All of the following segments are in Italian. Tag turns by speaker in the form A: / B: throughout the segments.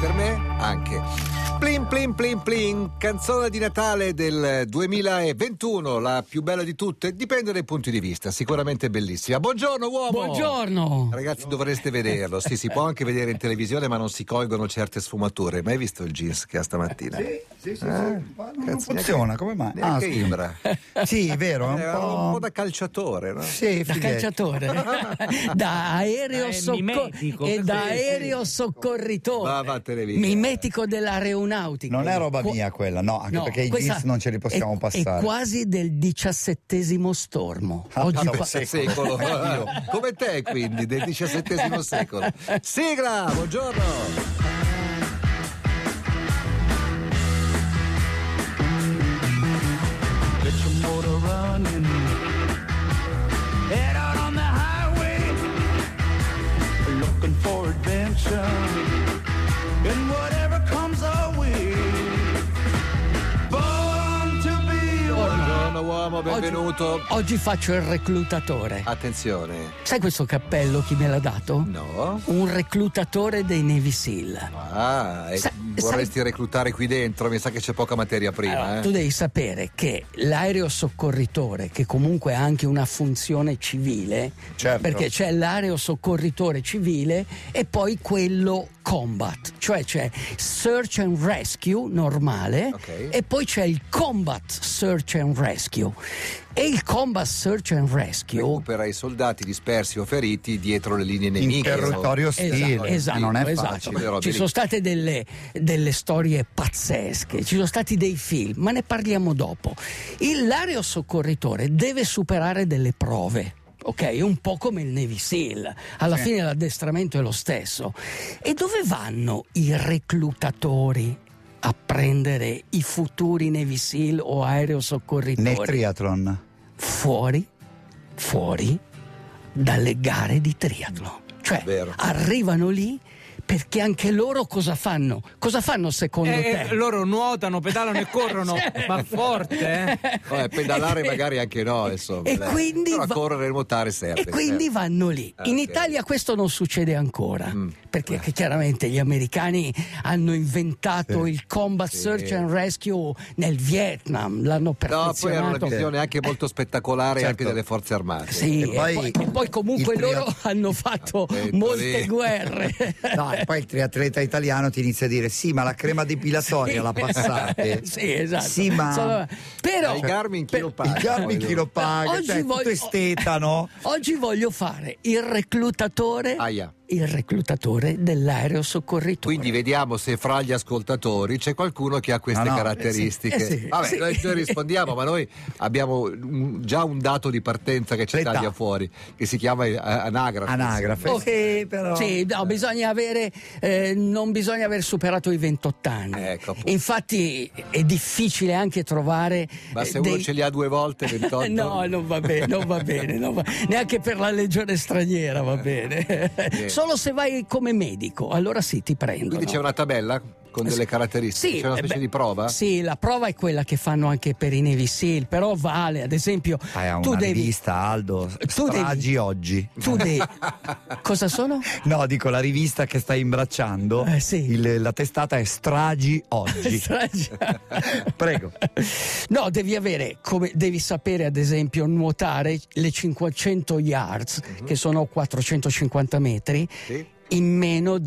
A: per me anche. Plin plin plin plin, canzone di Natale del 2021, la più bella di tutte, dipende dai punti di vista, sicuramente bellissima. Buongiorno uomo!
B: Buongiorno!
A: Ragazzi dovreste vederlo, sì si può anche vedere in televisione ma non si colgono certe sfumature. Mai visto il jeans che ha stamattina?
C: Sì, sì, sì, sì.
A: Eh,
C: Ma
A: cazzo,
C: non
A: neanche-
C: funziona, come mai?
A: Neanche
C: Ah, sì.
A: Ibra.
C: Sì, è vero, è un
A: Eh,
C: po'...
A: un po' da calciatore, no?
C: Sì,
B: Da
C: fighetta.
B: calciatore, da aereo,
D: Eh,
B: socco-
D: mimetico.
B: e da
D: Sì,
B: aereo soccorritore,
A: Va, vattene via.
B: mimetico dell'aeronautica.
C: Non è roba
B: Qua-
C: mia quella, no, anche
B: No,
C: perché i
B: questa
C: jeans non ce li possiamo
B: è-
C: passare.
B: È quasi del diciassettesimo stormo.
C: Ah,
B: Oggi
C: pensavo
B: qua-
C: se-
A: secolo.
C: Io.
A: Come te, quindi, del XVII secolo. Sigla, buongiorno.
E: Get your motor running. Head out on the highway. Looking for adventure. And whatever comes our way. Born to be wild.
A: Buongiorno uomo, benvenuto.
B: Oggi faccio il reclutatore.
A: Attenzione.
B: Sai questo cappello chi me l'ha dato?
A: No.
B: Un reclutatore dei Navy Seal.
A: Ah, e
B: Sa-
A: vorresti reclutare qui dentro, mi sa che c'è poca materia
B: Allora,
A: prima.
B: Tu
A: eh.
B: devi sapere che l'aereo soccorritore, che comunque ha anche una funzione civile,
C: Certo.
B: perché c'è l'aereo soccorritore civile e poi quello combat, cioè c'è search and rescue normale
A: Ok.
B: e poi c'è il combat search and rescue. E il combat search and rescue
A: Recupera i soldati dispersi o feriti dietro le linee
C: In
A: nemiche.
C: territorio
B: Esatto,
C: ostile,
B: esatto,
C: non è
B: esatto.
C: facile.
A: Quelle robe
B: Ci
A: lì.
B: sono state delle, delle storie pazzesche, ci sono stati dei film, ma ne parliamo dopo. Il- L'aereo soccorritore deve superare delle prove. Ok, un po' come il Navy Seal, alla fine l'addestramento è lo stesso. E dove vanno i reclutatori a prendere i futuri Navy Seal o
C: Nel
B: aerosoccorritori?
C: triathlon.
B: fuori, fuori dalle gare di triathlon. Cioè,
A: Vero.
B: arrivano lì perché anche loro cosa fanno? Cosa fanno secondo
D: Eh,
B: te? Cioè,
D: eh, loro nuotano, pedalano e corrono, ma forte. eh.
A: Eh, pedalare magari anche no, insomma.
B: E
A: dai.
B: quindi
A: Però a
B: va-
A: correre e nuotare serve.
B: E quindi
A: serve.
B: vanno lì.
A: Ah,
B: In
A: ok.
B: Italia questo non succede ancora,
A: Mm.
B: perché che chiaramente gli americani hanno inventato
C: Sì.
B: il combat
A: Sì.
B: search and rescue nel Vietnam, l'hanno
A: No, poi era una
B: perfezionato.
A: visione anche molto spettacolare
C: Certo.
A: anche delle forze armate.
B: Sì,
C: E
B: e
C: poi-
B: poi, e poi comunque
C: il
B: loro
C: triathlon-
B: hanno fatto
A: Aspetta,
B: molte
A: lì.
B: guerre.
C: No, e poi il triatleta italiano ti inizia a dire sì, ma la crema depilatoria la passate.
B: esatto. sì, esatto.
C: Sì, ma...
B: Insomma, però,
A: Dai Garmin chi lo paga?
C: Il Garmin chi lo paga?
B: Oggi
C: Cioè, tutto
B: voglio-
C: esteta, no?
B: Oggi voglio fare il reclutatore,
A: Aia.
B: il reclutatore dell'aereo soccorritore.
A: Certo. Quindi vediamo se fra gli ascoltatori c'è qualcuno che ha queste
C: No, no.
A: caratteristiche.
B: Eh sì, eh sì,
A: Vabbè,
B: sì.
A: noi, noi rispondiamo, ma noi abbiamo un- già un dato di partenza che ci
C: L'età.
A: taglia fuori, che si chiama eh, anagrafe.
C: Anagrafe.
B: Oh,
C: Sì, però...
B: Sì, no, bisogna avere, eh, non bisogna aver superato i 28 anni.
A: Ecco, appunto.
B: Infatti è difficile anche trovare.
A: Ma
B: eh,
A: se
B: dei-
A: uno ce li ha due volte, 28.
B: No, non va bene, non va bene, non va- neanche per la legione straniera va bene.
A: Sì.
B: Solo se vai come medico, allora sì, ti prendo.
A: Quindi c'è una tabella con delle caratteristiche, c'è una
B: eh
A: specie
B: beh,
A: di prova?
B: Sì, la prova è quella che fanno anche per i Navy Seal, però vale, ad esempio,
C: Fai una
B: tu devi
C: rivista, Aldo,
B: tu devi-
C: stragi oggi.
B: tu devi Cosa sono?
C: No, dico la rivista che stai imbracciando.
B: Eh, sì.
C: il- la testata è Stragi oggi.
B: Stragi-
C: Prego.
B: No, devi avere, come, devi sapere ad esempio nuotare le 500 yards,
A: Mhm.
B: che sono 450 metri,
A: Sì?
B: in meno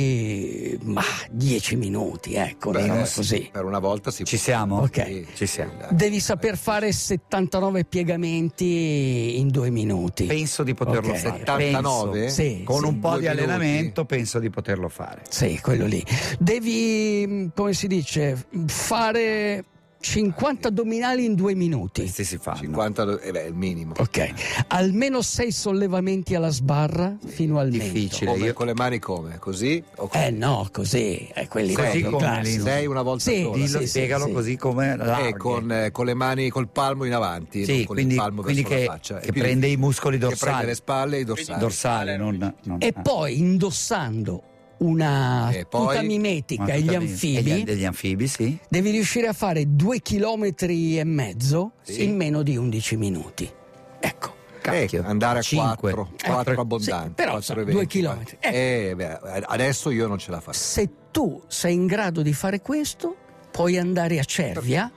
B: di ma, 10 minuti, ecco,
A: Beh,
B: almeno
A: eh,
B: così.
A: Per una volta si
C: Ci siamo?
B: Ok.
A: Sì,
C: Ci siamo.
A: dai.
B: Devi saper fare 79 piegamenti in due minuti.
C: Penso di poterlo
B: Ok.
C: fare.
A: 79?
C: Penso.
B: Sì,
C: Con
B: sì.
C: un po'
A: Due
C: di
A: minuti.
C: allenamento penso di poterlo fare.
B: Sì, quello lì. Devi, mh, come si dice, fare 50 addominali in due minuti.
C: Questi si fanno.
A: 50 do- eh beh, è il minimo.
B: Ok. Almeno 6 sollevamenti alla sbarra fino al mento.
C: Difficile.
A: Come,
C: Io-
A: con le mani come? Così? O così?
B: Eh no, così. È quelli
C: Così
B: proprio
C: come
B: classici.
C: lì.
A: Sei una volta
B: Sì,
A: sola.
C: Dillo,
B: sì,
C: spiegalo
B: sì.
C: così come larghe.
A: Eh, con, eh, con le mani col palmo in avanti,
C: Sì,
A: non con
C: quindi,
A: il palmo
C: quindi
A: verso
C: che,
A: la faccia. È
C: che
A: più
C: prende i
A: difficile.
C: muscoli
A: Che prende
C: dorsali.
A: le spalle e i dorsali. Eh,
C: dorsale, non, non-
B: E
C: ah.
B: poi indossando una
A: E poi?
B: tuta mimetica
C: Ma
B: e gli
C: tutta-
B: anfibi,
C: E gli, degli anfibi, sì.
B: devi riuscire a fare due chilometri e mezzo
A: Sì.
B: in meno di 11 minuti. Ecco.
C: Cacchio,
A: Eh, andare a
C: cinque.
A: 4,
C: Eh,
A: 4
C: sì,
A: abbondanti,
B: però,
A: 4
B: sai,
A: e
B: due
A: 20,
B: chilometri.
A: guarda. Eh, beh, adesso io non ce la faccio.
B: Se tu sei in grado di fare questo, puoi andare a Cervia,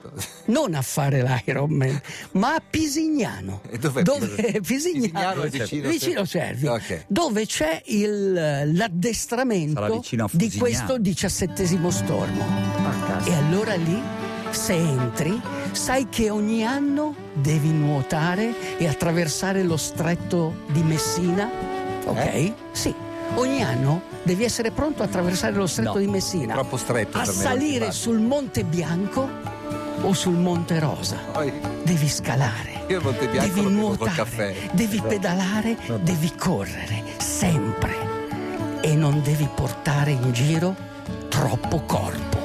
B: non a fare l'Ironman, ma a Pisignano.
A: E dov'è Pisignano? Pisignano è
B: Pisignano?
A: vicino a
B: vicino a
A: Cervia.
B: Cervia,
A: Ok.
B: dove c'è il- eh,
C: Sarà
B: l'addestramento
C: vicino a
B: di
C: Fusignano.
B: questo diciassettesimo stormo. E allora lì, se entri, sai che ogni anno devi nuotare e attraversare lo stretto di Messina, ok?
A: Eh?
B: Sì, ogni anno devi essere pronto a attraversare lo stretto
C: No,
B: di Messina,
A: è troppo stretto
B: a
A: per me, non ci
B: salire
A: vado.
B: sul Monte Bianco o sul Monte Rosa.
A: Poi
B: Devi scalare,
A: Io il Monte Bianco
B: devi
A: lo bevo col
B: nuotare,
A: caffè. Esatto.
B: devi pedalare, devi correre, sempre. E non devi portare in giro troppo corpo.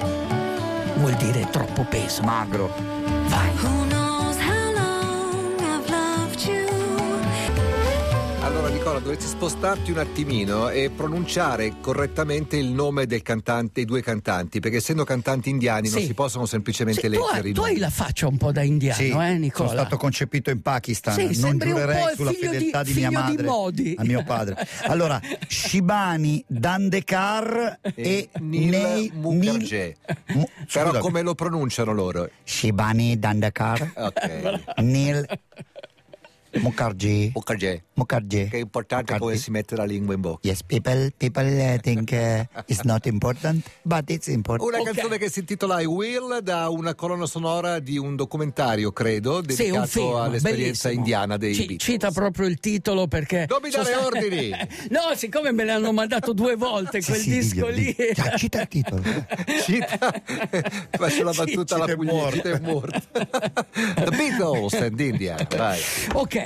B: Vuol dire troppo peso.
C: Magro.
B: Vai.
F: Who knows how long I've loved you?
A: Allora Nicola, dovresti spostarti un attimino e pronunciare correttamente il nome del cantante, dei due cantanti, perché essendo cantanti indiani non
B: Sì.
A: si possono semplicemente
B: Sì, tu,
A: leggere
B: hai,
A: i
B: tu
A: nomi.
B: hai la faccia un po' da indiano,
C: Sì,
B: eh,
C: sono
B: Nicola?
C: stato concepito in Pakistan.
B: Sì,
C: non
B: sembri un po'
C: giurerei
B: il
C: sulla
B: figlio di-
C: fedeltà di, mia
B: figlio di
C: madre
B: Modi.
C: a mio padre. Allora, Shibani Dandekar e,
A: E Neil
C: Ney
A: Mukherjee.
C: Mu-
A: Però
C: scusami,
A: come lo pronunciano loro?
C: Shibani Dandekar,
B: Eh,
A: Ok.
C: Neil Mukherjee.
A: Mukherjee.
C: Mukherjee.
A: Che è importante come
C: Mukherjee.
A: si mette la lingua in bocca.
C: Yes, people, people eh, think eh, it's not important, but it's important.
A: Una
B: Ok.
A: canzone che si intitola I Will da una colonna sonora di un documentario, credo,
B: Sì, un
A: dedicato
B: film,
A: all'esperienza
B: bellissimo.
A: indiana dei
B: Ci-
A: Beatles.
B: Cita proprio il titolo perché...
A: Non mi dare
B: sono sta-
A: ordini!
B: no, siccome me l'hanno mandato due volte
C: Sì,
B: quel
C: sì,
B: disco
C: diglielo,
B: lì...
C: diglielo. Già, cita il titolo.
A: Cita, faccio la battuta alla
C: Cita è
A: Puglia,
C: morto.
A: Cita è morto. The Beatles and India, vai.
B: Ok,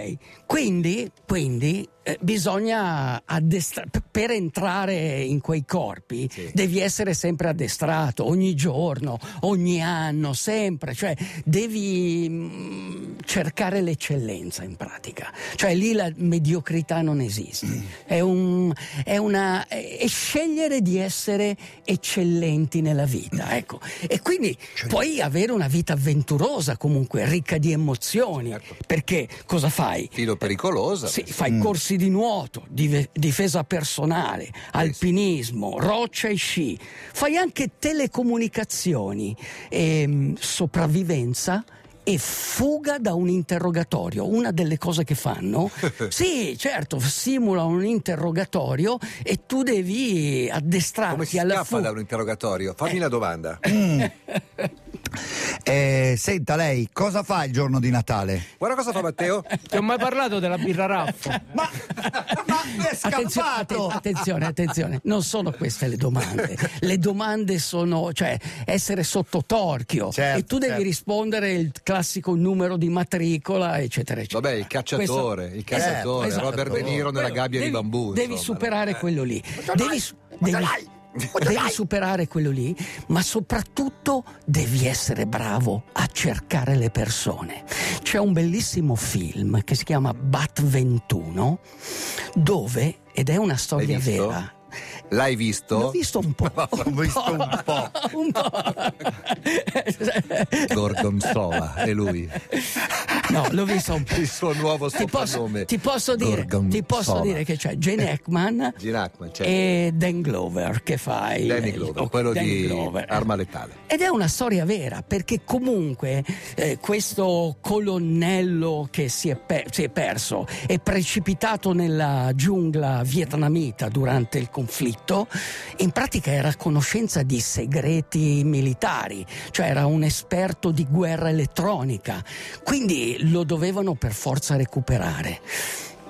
B: quindi, quindi, eh, bisogna addestrare, per entrare in quei corpi
A: Sì.
B: devi essere sempre addestrato, ogni giorno, ogni anno, sempre, cioè devi mm, cercare l'eccellenza in pratica, cioè lì la mediocrità non esiste, è, un- è una, è- è scegliere di essere eccellenti nella vita, ecco, e quindi puoi avere una vita avventurosa comunque, ricca di emozioni, perché cosa fai?
A: Filo pericolosa.
B: Sì, fai
A: Mm.
B: corsi di nuoto, dive- difesa personale, alpinismo, roccia e sci, fai anche telecomunicazioni, ehm, sopravvivenza e fuga da un interrogatorio. Una delle cose che fanno, sì, certo, simula un interrogatorio e tu devi addestrarti
A: Come si
B: alla
A: scappa da
B: fuga.
A: un interrogatorio? Fammi una domanda.
C: Eh, senta lei, cosa fa il giorno di Natale?
A: Guarda cosa fa Matteo.
D: Ti ho mai parlato della birra raffo?
C: Ma, ma è
B: Attenzio-
C: scappato!
B: atten- attenzione, attenzione, non sono queste le domande. Le domande sono, cioè, essere sotto torchio
C: Certo,
B: e tu devi
C: certo.
B: rispondere il classico numero di matricola, eccetera, eccetera.
A: Vabbè, il cacciatore,
B: Questo-
A: il cacciatore,
B: Esatto, esatto.
A: Robert De Niro nella
B: Quello,
A: gabbia
B: devi-
A: di bambù.
B: Devi
A: insomma. Eh,
B: superare quello lì. Devi, su- devi- devi superare quello lì, ma soprattutto devi essere bravo a cercare le persone. C'è un bellissimo film che si chiama Bat 21, dove, ed è una storia
A: visto?
B: vera.
A: L'hai visto?
B: L'ho visto un po'.
C: Ho visto un po'.
B: un po'.
A: Gorgonzola, è lui.
B: No, l'ho visto un po'.
A: Il suo nuovo
B: Ti posso,
A: soprannome.
B: ti posso dire, ti posso
A: Gorgonzola.
B: dire che c'è Gene Hackman
A: Gene Hackman, certo.
B: e Dan Glover che fa il,
A: Danny Glover,
B: ok,
A: quello
B: eh, Danny
A: di
B: Glover. eh.
A: Arma Letale.
B: Ed è una storia vera, perché comunque eh, questo colonnello che si è, pe- si è perso è precipitato nella giungla vietnamita durante il conflitto, in pratica era a conoscenza di segreti militari, cioè era un esperto di guerra elettronica, quindi lo dovevano per forza recuperare.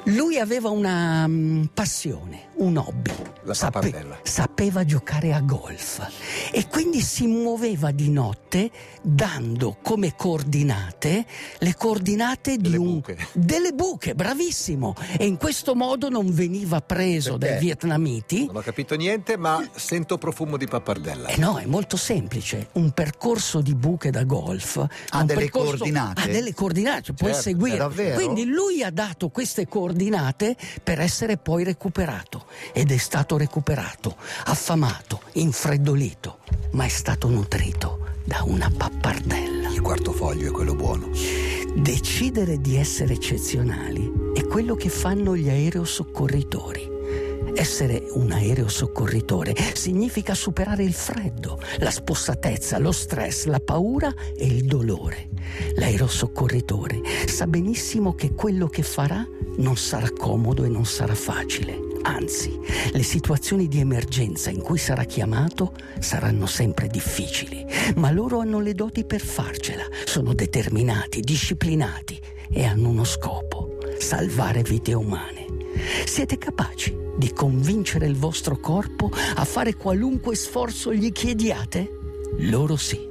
B: Lui aveva una mm, passione, un hobby.
A: La
B: Sape-
A: pappardella.
B: sapeva giocare a golf e quindi si muoveva di notte dando come coordinate le coordinate di
A: Delle
B: un
A: buche.
B: delle buche, bravissimo. E in questo modo non veniva preso
A: Perché?
B: dai vietnamiti.
A: Non ho capito niente, ma sento profumo di pappardella.
B: Eh no, è molto semplice. Un percorso di buche da golf
C: Ha
B: un
C: delle
B: percorso-
C: coordinate?
B: Ha delle coordinate, puoi
A: Certo,
B: seguire.
C: eh, davvero?
B: Quindi lui ha dato queste coordinate per essere poi recuperato. Ed è stato recuperato, affamato, infreddolito, ma è stato nutrito da una pappardella.
A: Il quarto foglio è quello buono.
B: Decidere di essere eccezionali è quello che fanno gli aerosoccorritori. Essere un aerosoccorritore significa superare il freddo, la spossatezza, lo stress, la paura e il dolore. L'aerosoccorritore sa benissimo che quello che farà non sarà comodo e non sarà facile. Anzi, le situazioni di emergenza in cui sarà chiamato saranno sempre difficili, ma loro hanno le doti per farcela, sono determinati, disciplinati e hanno uno scopo, salvare vite umane. Siete capaci di convincere il vostro corpo a fare qualunque sforzo gli chiediate? Loro sì.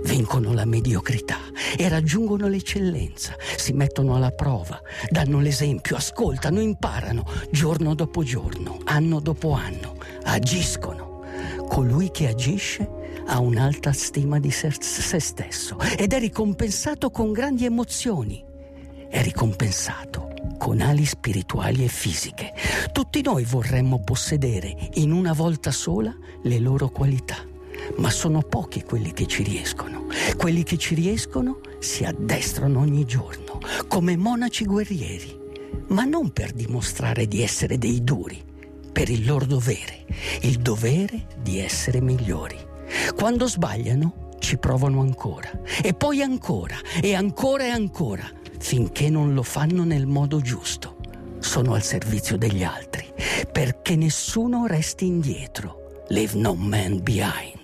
B: Vincono la mediocrità e raggiungono l'eccellenza, si mettono alla prova, danno l'esempio, ascoltano, imparano, giorno dopo giorno, anno dopo anno, agiscono. Colui che agisce ha un'alta stima di se, se stesso ed è ricompensato con grandi emozioni, è ricompensato con ali spirituali e fisiche. Tutti noi vorremmo possedere in una volta sola le loro qualità, ma sono pochi quelli che ci riescono. Quelli che ci riescono si addestrano ogni giorno, come monaci guerrieri, ma non per dimostrare di essere dei duri, per il loro dovere, il dovere di essere migliori. Quando sbagliano, ci provano ancora, e poi ancora, e ancora e ancora, finché non lo fanno nel modo giusto. Sono al servizio degli altri, perché nessuno resti indietro. Leave no man behind.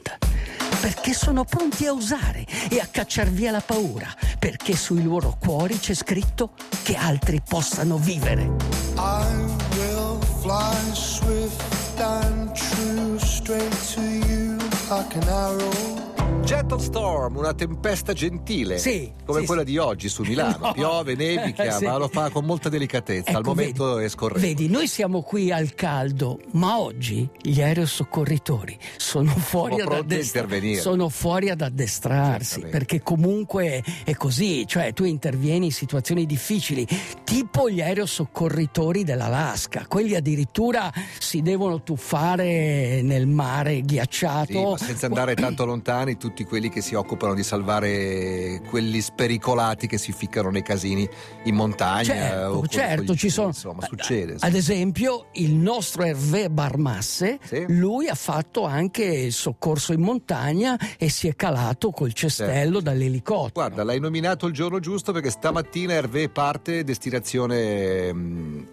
B: Perché sono pronti a usare e a cacciar via la paura, perché sui loro cuori c'è scritto che altri possano vivere.
G: I will fly swift and true straight to you like an arrow.
A: Gentle Storm, una tempesta gentile,
B: Sì,
A: come
B: sì,
A: quella
B: sì.
A: di oggi su Milano.
B: No. Eh,
A: Piove, nevica,
B: Sì.
A: ma lo fa con molta delicatezza. Al
B: Ecco,
A: momento
B: vedi,
A: è scorretto.
B: Vedi, noi siamo qui al caldo, ma oggi gli aerosoccorritori sono fuori, ad,
A: pronti a
B: addestra-
A: intervenire.
B: sono fuori ad addestrarsi,
A: Certamente.
B: perché comunque è così, cioè tu intervieni in situazioni difficili, tipo gli aerosoccorritori dell'Alaska, quelli addirittura si devono tuffare nel mare
A: Sì, ma
B: ghiacciato.
A: senza andare tanto lontani, tutti quelli che si occupano di salvare quelli spericolati che si ficcano nei casini in montagna. o
B: Certo,
A: con
B: certo,
A: quegli-
B: ci sono. Eh,
A: Insomma, succede. sì.
B: Ad esempio, il nostro Hervé Barmasse,
A: Sì.
B: lui ha fatto anche il soccorso in montagna e si è calato col cestello dall'elicottero.
A: Certo. Guarda, l'hai nominato il giorno giusto perché stamattina Hervé parte destinazione, mh,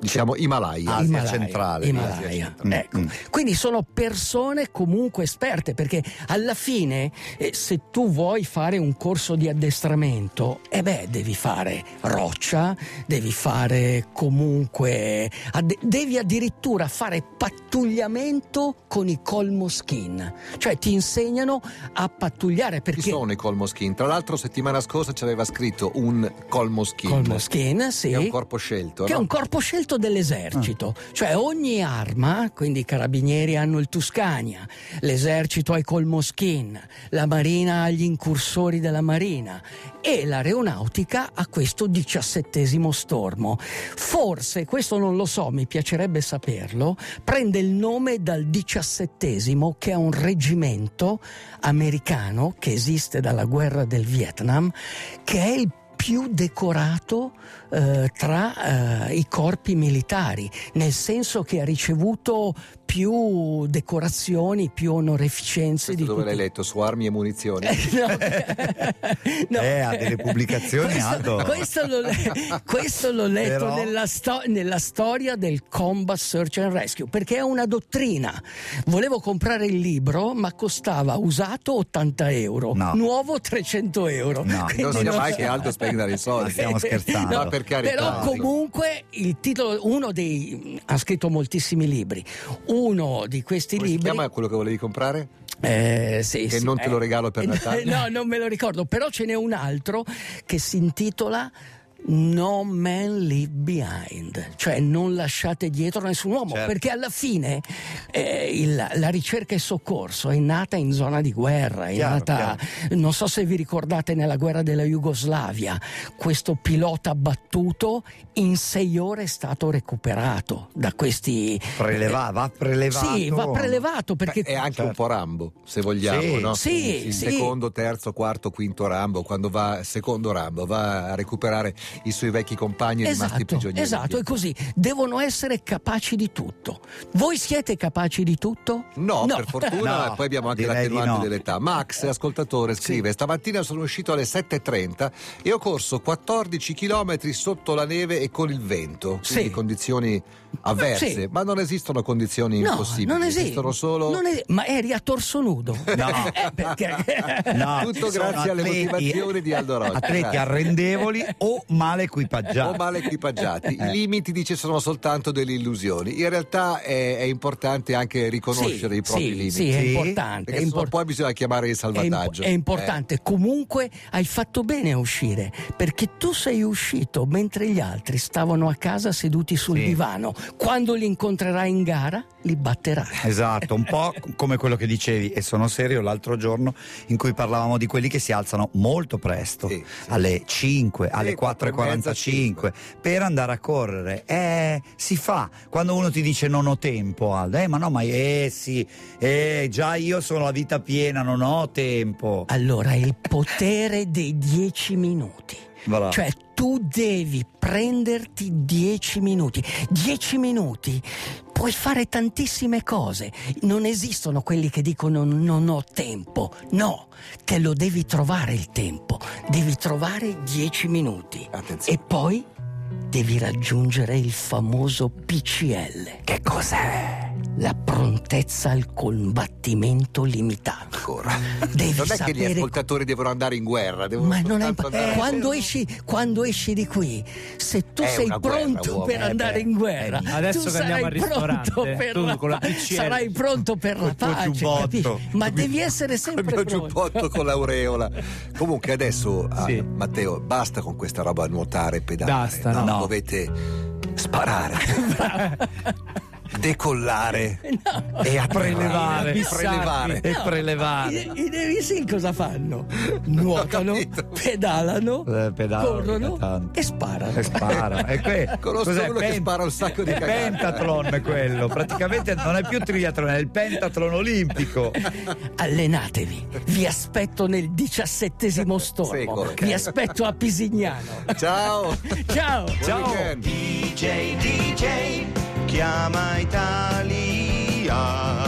A: diciamo, Himalaya.
C: Asia
B: Ah, Himalaya,
C: centrale,
B: Himalaya.
A: Asia
C: centrale.
B: Ecco.
C: Mm.
B: Quindi sono persone comunque esperte perché alla fine eh, se tu vuoi fare un corso di addestramento, eh beh, devi fare roccia, devi fare comunque adde- devi addirittura fare pattugliamento con i colmoskin, cioè ti insegnano a pattugliare
A: Chi
B: perché
A: sono i Colmoskin? Tra l'altro, settimana scorsa ci aveva scritto un Colmoskin.
B: Colmoskin, sì.
A: Che è un corpo scelto.
B: Che
A: no? Ah.
B: è un corpo scelto dell'esercito, cioè ogni arma, quindi i carabinieri hanno il Tuscania, l'esercito ha i Colmoskin, la marina ha gli incursori della marina e l'aeronautica ha questo diciassettesimo stormo. Forse, questo non lo so, mi piacerebbe saperlo, prende il nome dal diciassettesimo che è un reggimento americano che esiste dalla guerra del Vietnam, che è il più decorato eh, tra eh, i corpi militari, nel senso che ha ricevuto più decorazioni, più
A: Questo
B: onoreficenze di
A: dove l'hai
B: tutti.
A: letto? Su armi e munizioni.
B: Eh, No.
C: Eh, ha delle pubblicazioni,
B: questo,
C: Aldo.
B: Questo l'ho, le- questo l'ho letto
C: Però-
B: nella, sto- nella storia del Combat Search and Rescue, perché è una dottrina. Volevo comprare il libro, ma costava usato 80 euro,
C: No.
B: nuovo 300 euro.
C: No,
B: Quindi
A: non sia
C: non
A: mai
C: so.
A: che Aldo spendere i
C: Ma
A: soldi.
C: stiamo scherzando.
A: Ma per carità.
B: Però comunque il titolo, uno dei... ha scritto moltissimi libri, uno di questi
A: Come si
B: libri...
A: chiama quello che volevi comprare?
B: Eh, sì,
A: Che
B: sì,
A: non te
B: eh.
A: lo regalo per Natale?
B: No, non me lo ricordo, però ce n'è un altro che si intitola No man leave behind, cioè non lasciate dietro nessun uomo,
C: Certo.
B: perché alla fine eh, il- la ricerca e soccorso è nata in zona di guerra, è
C: Chiaro,
B: nata,
C: chiaro.
B: non so se vi ricordate nella guerra della Jugoslavia, questo pilota abbattuto in sei ore è stato recuperato da questi...
C: Preleva- va prelevato.
B: Sì, va prelevato perché...
A: Beh, è anche un
C: Certo.
A: po' Rambo, se vogliamo,
C: Sì.
A: no?
B: Sì,
A: il
B: sì.
A: secondo, terzo, quarto, quinto Rambo, quando va secondo Rambo, va a recuperare i suoi vecchi compagni rimasti
B: Esatto,
A: prigionieri.
B: esatto, è così. Devono essere capaci di tutto. Voi siete capaci di tutto?
A: No, per fortuna,
C: No,
A: poi abbiamo anche
C: direi
A: l'attenuante
C: di no.
A: dell'età. Max, ascoltatore, scrive: Stamattina sono uscito alle 7.30 e ho corso 14 km sotto la neve e con il vento,
B: Sì.
A: quindi condizioni avverse.
B: Sì.
A: Ma non esistono condizioni
B: No,
A: impossibili,
B: non esiste.
A: esistono solo.
B: Non es- ma eri a torso nudo.
C: No.
B: Eh, perché?
C: No,
A: Tutto
C: sono
A: grazie alle
C: atleti-
A: motivazioni di Aldo Rocca.
C: Atleti
A: Grazie.
C: arrendevoli o male equipaggiati.
A: o male equipaggiati. I
C: Eh.
A: limiti, dice, sono soltanto delle illusioni. In realtà è, è importante anche riconoscere
B: Sì,
A: i propri
B: sì,
A: limiti.
B: sì, è
C: Sì,
B: importante.
A: Perché
B: è
A: sennò
B: impor-
A: poi bisogna chiamare il
B: è imp-
A: salvataggio. Eh.
B: È, importante, comunque hai fatto bene a uscire perché tu sei uscito mentre gli altri stavano a casa seduti sul
C: Sì.
B: divano. Quando li incontrerai in gara, li batterai.
C: Esatto, un po' come quello che dicevi, e sono serio, l'altro giorno in cui parlavamo di quelli che si alzano molto presto,
A: Sì, sì.
C: alle 5, alle
A: quattro e mezza,
C: 4.45, per andare a correre. Eh, si fa, quando uno ti dice non ho tempo, Aldo, eh ma no, ma eh sì, eh già io sono la vita piena, non ho tempo.
B: Allora, il potere dei 10 minuti.
C: Voilà.
B: Cioè, tu devi prenderti 10 minuti. 10 minuti puoi fare tantissime cose. Non esistono quelli che dicono non ho tempo. No, te lo devi trovare il tempo. Devi trovare 10 minuti.
A: Attenzione.
B: E poi devi raggiungere il famoso PCL. Che cos'è? La prontezza al combattimento limitato.
A: Ancora.
B: Devi
A: non è che gli
B: sapere-
A: ascoltatori devono andare in guerra, devono
B: Ma non è eh,
A: soltanto andare-
B: quando, esci, quando esci di qui, se tu
A: È
B: sei
A: una guerra,
B: pronto
A: uomo.
B: per
A: Eh,
B: andare
C: beh,
B: in guerra,
C: eh,
B: tu
D: adesso che
B: sarai
D: andiamo al ristorante,
B: pronto per
D: tu
B: la,
D: con la PCL.
B: sarai pronto per la
C: Col tuo
B: pace,
C: giubbotto.
B: capisci? ma devi essere
A: il
B: sempre
A: mio
B: pronto.
A: giubbotto con l'aureola. Comunque adesso, ah,
D: Sì.
A: Matteo, basta con questa roba a nuotare e pedalare.
D: Basta,
A: no?
C: no.
A: Dovete sparare, decollare e atterrare,
C: Prelevare.
A: prelevare.
C: E prelevare.
B: I, i nevisil cosa fanno? Nuotano,
A: capito.
B: pedalano,
C: Eh, pedalano,
B: corrono
C: tanto.
B: e sparano.
C: E Eh, spara. E que-
A: Conosco
C: cos'è?
A: uno che spara un sacco di
C: è
A: cagate.
C: pentathlon quello, praticamente non è più triathlon, è il pentathlon olimpico.
B: Allenatevi, vi aspetto nel diciassettesimo stormo,
A: Secolo, ok.
B: vi aspetto a Pisignano.
A: Ciao.
B: Ciao!
A: Buon weekend.
E: DJ, DJ, chiama Italia.